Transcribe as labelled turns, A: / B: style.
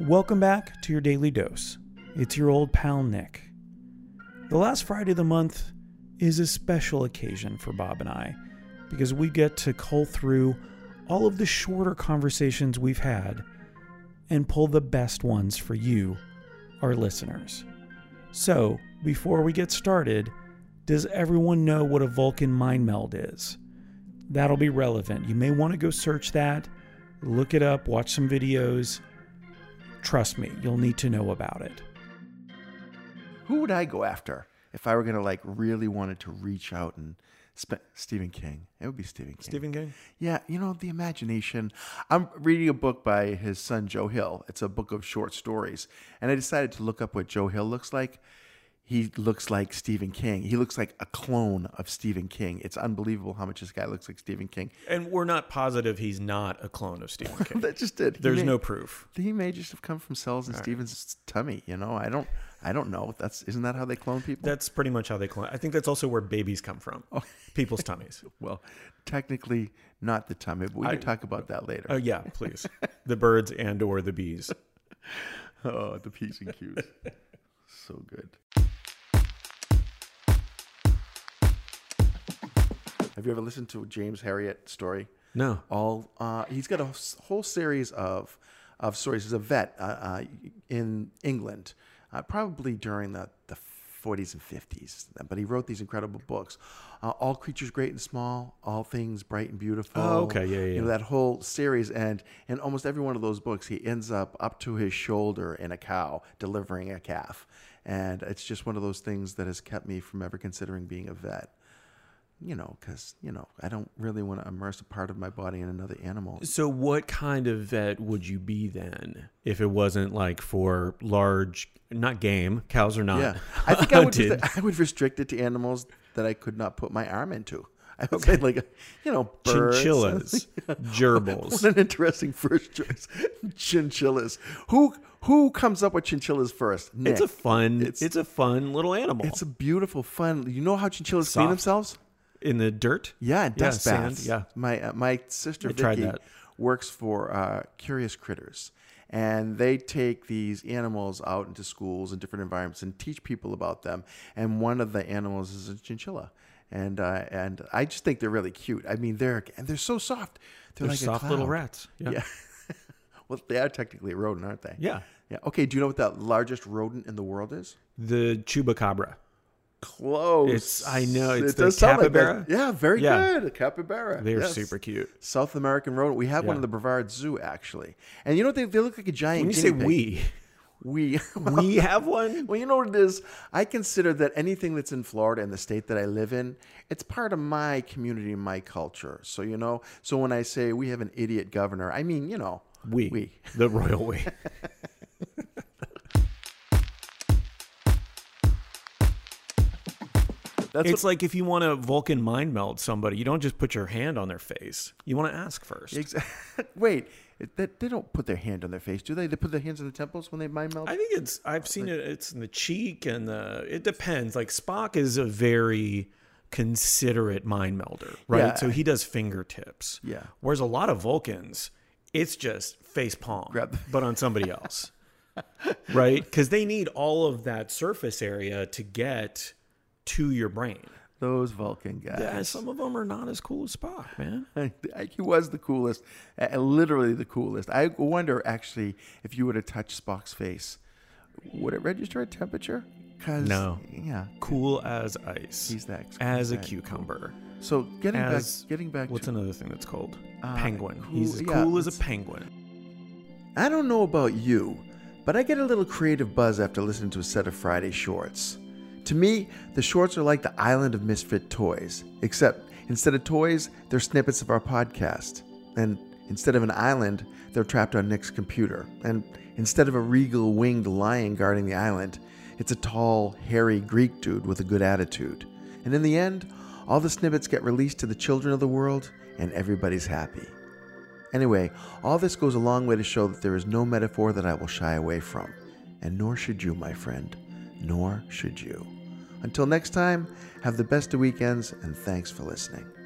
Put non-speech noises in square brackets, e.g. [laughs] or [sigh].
A: Welcome back to your daily dose. It's your old pal Nick. The last Friday of the month is a special occasion for Bob and I because we get to cull through all of the shorter conversations we've had and pull the best ones for you, our listeners. So, before we get started, does everyone know what a Vulcan mind meld is? That'll be relevant. You may want to go search that, look it up, watch some videos. Trust me, you'll need to know about it.
B: Who would I go after if I were gonna like really wanted to reach out and spend Stephen King? It would be Stephen King.
A: King?
B: Yeah, you know the imagination. I'm reading a book by his son Joe Hill. It's a book of short stories, and I decided to look up what Joe Hill looks like. He looks like Stephen King. He looks like a clone of Stephen King. It's unbelievable how much this guy looks like Stephen King.
C: And we're not positive he's not a clone of Stephen
B: [laughs]
C: King.
B: That just did. He
C: There's
B: may-
C: no proof.
B: He may just have come from cells in Stephen's tummy. You know, I don't. I don't know. That's isn't that how they clone people?
C: That's pretty much how they clone. I think that's also where babies come from.
B: Oh.
C: People's
B: [laughs]
C: tummies.
B: Well, technically not the tummy, but we can talk about that later.
C: Oh yeah, please. the birds and or the bees.
B: [laughs] oh, the P's and Q's. so good. Have you ever listened to James Harriet story?
C: No.
B: All uh, he's got a s- whole series of of stories. He's a vet uh, uh, in England, uh, probably during the the 40s and 50s. But he wrote these incredible books, uh, All Creatures Great and Small, All Things Bright and Beautiful.
C: Oh, okay. Yeah, yeah,
B: You know,
C: yeah.
B: that whole series and in almost every one of those books he ends up up to his shoulder in a cow delivering a calf and it's just one of those things that has kept me from ever considering being a vet you know because you know i don't really want to immerse a part of my body in another animal
C: So what kind of vet would you be then if it wasn't like for large not game, cows are not
B: yeah i
C: [laughs]
B: think i would
C: hunted?
B: i would restrict it to animals that i could not put my arm into [laughs] i would say like you know [laughs] birds. [laughs]
C: chinchillas,
B: What [laughs]
C: gerbils.
B: an interesting first choice. [laughs] chinchillas. Who who comes up with chinchillas first? Nick.
C: It's a fun
B: It's-
C: it's, a fun little animal.
B: It's a beautiful, fun. You know how chinchillas clean
C: Soft.
B: themselves?
C: in the dirt.
B: Yeah, dust
C: sand,
B: baths.
C: yeah.
B: my uh, my sister
C: I tried
B: Vicky
C: that.
B: works for uh, Curious Critters, and they take these animals out into schools and different environments and teach people about them. And one of the animals is a chinchilla, and uh, and I just think they're really cute. I mean, they're and they're so soft. They're,
C: They're
B: like
C: soft
B: a
C: little
B: cloud.
C: rats. Yeah.
B: Yeah. [laughs] well, they are technically a rodent, aren't they?
C: Yeah.
B: Yeah. Okay. Do you know what the largest rodent in the world is?
C: The chubacabra.
B: Close.
C: It's- I know, it's the
B: does sound like that.
C: capybara.
B: yeah, very
C: Yeah.
B: good. A capybara.
C: They're
B: yes.
C: super cute.
B: South American rodent. We have one
C: Yeah.
B: in the Brevard Zoo actually, and you know what? They, they look like a giant.
C: When you say
B: guinea pig.
C: [laughs] we,
B: [laughs] we, well,
C: we have one.
B: well, you know what it is. I consider that anything that's in Florida and the state that I live in, it's part of my community and my culture. So you know, so when I say we have an idiot governor, I mean you know
C: We,
B: we.
C: the royal [laughs] we.
B: That's
C: it's like if you want to Vulcan mind meld somebody, you don't just put your hand on their face. You want to ask first.
B: [laughs] Exactly. Wait, it- that they don't put their hand on their face, do they? They put their hands on the temples when they mind meld.
C: I think it's. I've seen it. It's in the cheek and the. It depends. Like Spock is a very considerate mind melder, right?
B: Yeah.
C: So he does fingertips.
B: Yeah.
C: Whereas a lot of Vulcans, it's just face palm,
B: Grab-
C: but on [laughs] somebody else, right? Because they need all of that surface area to get to your brain.
B: Those Vulcan guys.
C: Yeah, some of them are not as cool as Spock, man.
B: [laughs] he was the coolest, uh, literally the coolest. I wonder actually if you would have touched Spock's face, would it register a temperature? 'Cause-
C: No.
B: yeah.
C: Cool as ice.
B: He's that- he's
C: as a
B: that
C: cucumber.
B: So getting
C: As
B: back, getting back
C: What's
B: to,
C: another thing that's cold?
B: Uh,
C: penguin.
B: cool-
C: He's as
B: yeah,
C: cool as a
B: it's-
C: penguin.
B: I don't know about you, but I get a little creative buzz after listening to a set of Friday shorts. To me, the shorts are like the island of misfit toys, except instead of toys, they're snippets of our podcast. And instead of an island, they're trapped on Nick's computer. And instead of a regal winged lion guarding the island, it's a tall, hairy Greek dude with a good attitude. And in the end, all the snippets get released to the children of the world, and everybody's happy. Anyway, all this goes a long way to show that there is no metaphor that I will shy away from. And nor should you, my friend. Nor should you. Until next time, have the best of weekends, and thanks for listening.